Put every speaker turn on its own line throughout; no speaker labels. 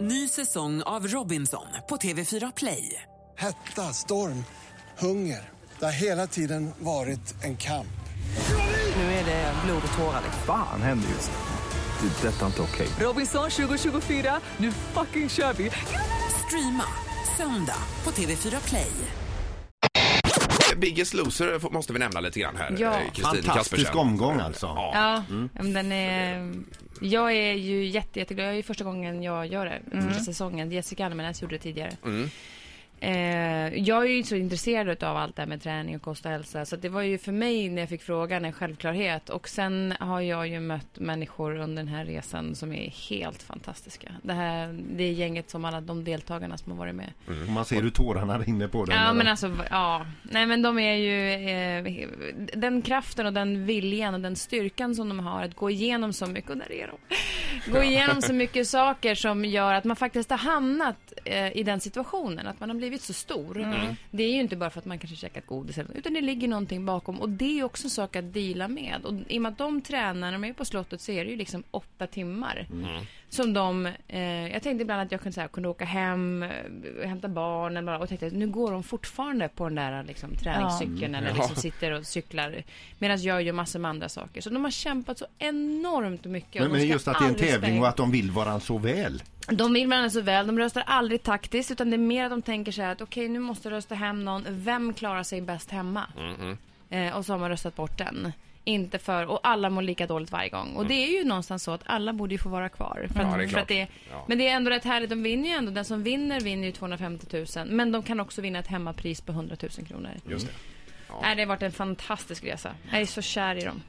Ny säsong av Robinson på TV4 Play.
Hetta, storm, hunger. Det har hela tiden varit en kamp.
Nu är det blod och tårar.
Fan händer just nu. Det. är Detta är inte okej.
Robinson 2024, nu fucking kör vi! Streama söndag på TV4 Play.
Biggest Loser f- måste vi nämna lite grann här.
Ja.
eh, Kristin
Fantastisk
Kaspersen.
omgång alltså. Ja.
Ja, men den är... Jag är ju jätte, jätteglad. Det är ju första gången jag gör det under säsongen. Jessica Almenäs gjorde det tidigare. Eh, jag är ju så intresserad av allt det här med träning och kost och hälsa. Så att det var ju för mig när jag fick frågan en självklarhet. Och sen har jag ju mött människor under den här resan som är helt fantastiska. Det här, det är gänget som alla de deltagarna som har varit med.
Och man ser hur tårarna rinner på den.
Ja,
där.
men alltså, v- ja. Nej, men de är ju... Eh, den kraften och den viljan och den styrkan som de har att gå igenom så mycket... Och där är de. Gå igenom så mycket saker som gör att man faktiskt har hamnat eh, i den situationen. Att man har blivit så stor. Det är ju inte bara för att man kanske käkat godis eller Utan det ligger någonting bakom. Och det är också en sak att deala med. Och i och med att de tränar, när de är på slottet, så är det ju liksom åtta timmar. Som de, eh, jag tänkte ibland att jag kunde, så här, kunde åka hem, eh, hämta barn eller bara, och tänkte att nu går de fortfarande på den där liksom, träningscykeln eller liksom sitter och cyklar. Medan jag gör massor med andra saker. Så de har kämpat så enormt mycket. och
men,
de
men
ska
just att det är en
aldrig
tävling
spä-
och att de vill varandra så väl.
de vill varandra så väl, de röstar aldrig taktiskt utan det är mer att de tänker så här att okej nu måste jag rösta hem någon, vem klarar sig bäst hemma?
Mm-hmm.
Eh, och så har man röstat bort den. Inte för, och alla mår lika dåligt varje gång. Och det är ju någonstans så att alla borde ju få vara kvar. För
Mm. Ja, det är
för
klart.
att det,
Ja.
Men det är ändå rätt härligt, de vinner ju ändå, den som vinner vinner ju 250 000. Men de kan också vinna ett hemmapris på 100 000 kronor. Just det. Nej, det har varit en fantastisk resa. Jag är så kär i dem.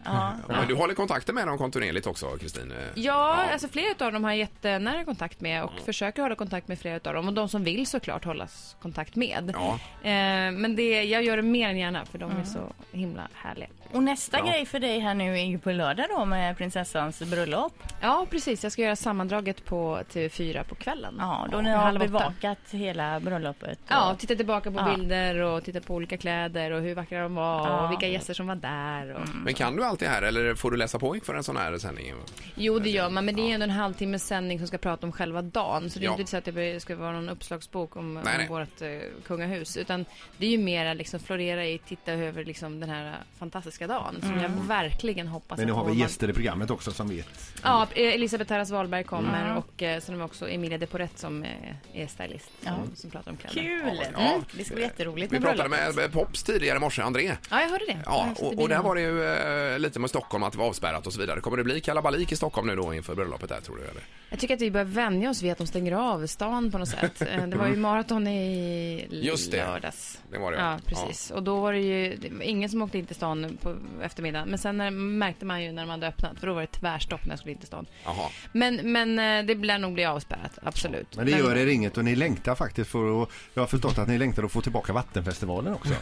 Men du håller kontakten med dem kontinuerligt också, Kristin? eh?
Ja, alltså flera av dem har jag jättenära kontakt med och försöker hålla kontakt med flera av dem. Och de som vill såklart hållas kontakt med.
Ja.
Eh, men det, jag gör det mer än gärna för de
Mm.
är så himla härliga.
Och nästa grej för dig här nu är ju på lördag då med prinsessans bröllop.
Ja, precis. Jag ska göra sammandraget på TV4 på kvällen.
Ja, då ni har
halv åtta.
bevakat hela bröllopet. och-
Ja, titta tillbaka på
Ja.
bilder och titta på olika kläder och hur vackra de var
Ja.
och vilka gäster som var där. Och...
Men kan du allt det här eller får du läsa på inför en sån här sändning?
Mm,
Jo, det
Alltså,
gör man, men det är ändå en halvtimmes sändning som ska prata om själva dagen. Så det är
Ja.
inte så att det ska vara någon uppslagsbok om,
Nej,
om
nej.
vårt eh, kungahus. Utan det är ju mera liksom florera i, titta över liksom den här fantastiska dagen. Som jag
Mm.
verkligen hoppas
Men nu
att
har vi
vår man-
gäster i programmet också som vet.
Ja, eh, Elisabeth Terras Wahlberg kommer
Mm.
och eh, sen har vi också Emilia Deporett som eh, är stylist. Som, som pratar om kläder.
Kul!
Ja.
Mm. Det ska bli jätteroligt
Vi
med
pratade
bröllopet.
med eh, Pops tidigare i morse, André.
Ja, jag hörde det.
Ja,
så det
och,
blir
och där
nog-
var det ju eh, lite med Stockholm, att det var avspärrat och så vidare. Kommer det bli kalabalik i Stockholm nu då inför bröllopet där tror du? Eller?
Jag tycker att vi börjar vänja oss vid att de stänger av stan på något sätt. Eh, Det var ju maraton i
Mm. Just det.
lördags.
Det var det, ja.
ja. precis. Och då var det ju det var ingen som åkte in till stan på eftermiddagen. Men sen när, märkte man ju när de hade öppnat, för då var det tvärstopp när jag skulle in till stan.
Jaha.
Men, men eh, det lär nog bli avspärrat, absolut.
Men det gör er inget och ni längtar faktiskt för att, jag har förstått att ni längtar att få tillbaka Vattenfestivalen också.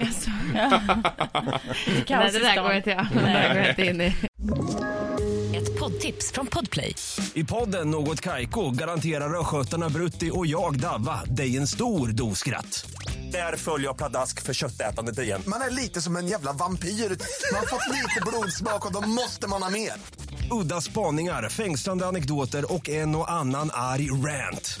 Alltså,
Kaos
nej, det
i
där
stan.
går inte jag, det där går jag inte in i.
Ett poddtips från Podplay.
I podden Något Kaiko garanterar östgötarna Brutti och jag, Davva, dig en stor dos skratt. Där följer jag pladask för köttätandet igen.
Man är lite som en jävla vampyr. Man har fått lite blodsmak och då måste man ha mer.
Udda spaningar, fängslande anekdoter och en och annan arg rant.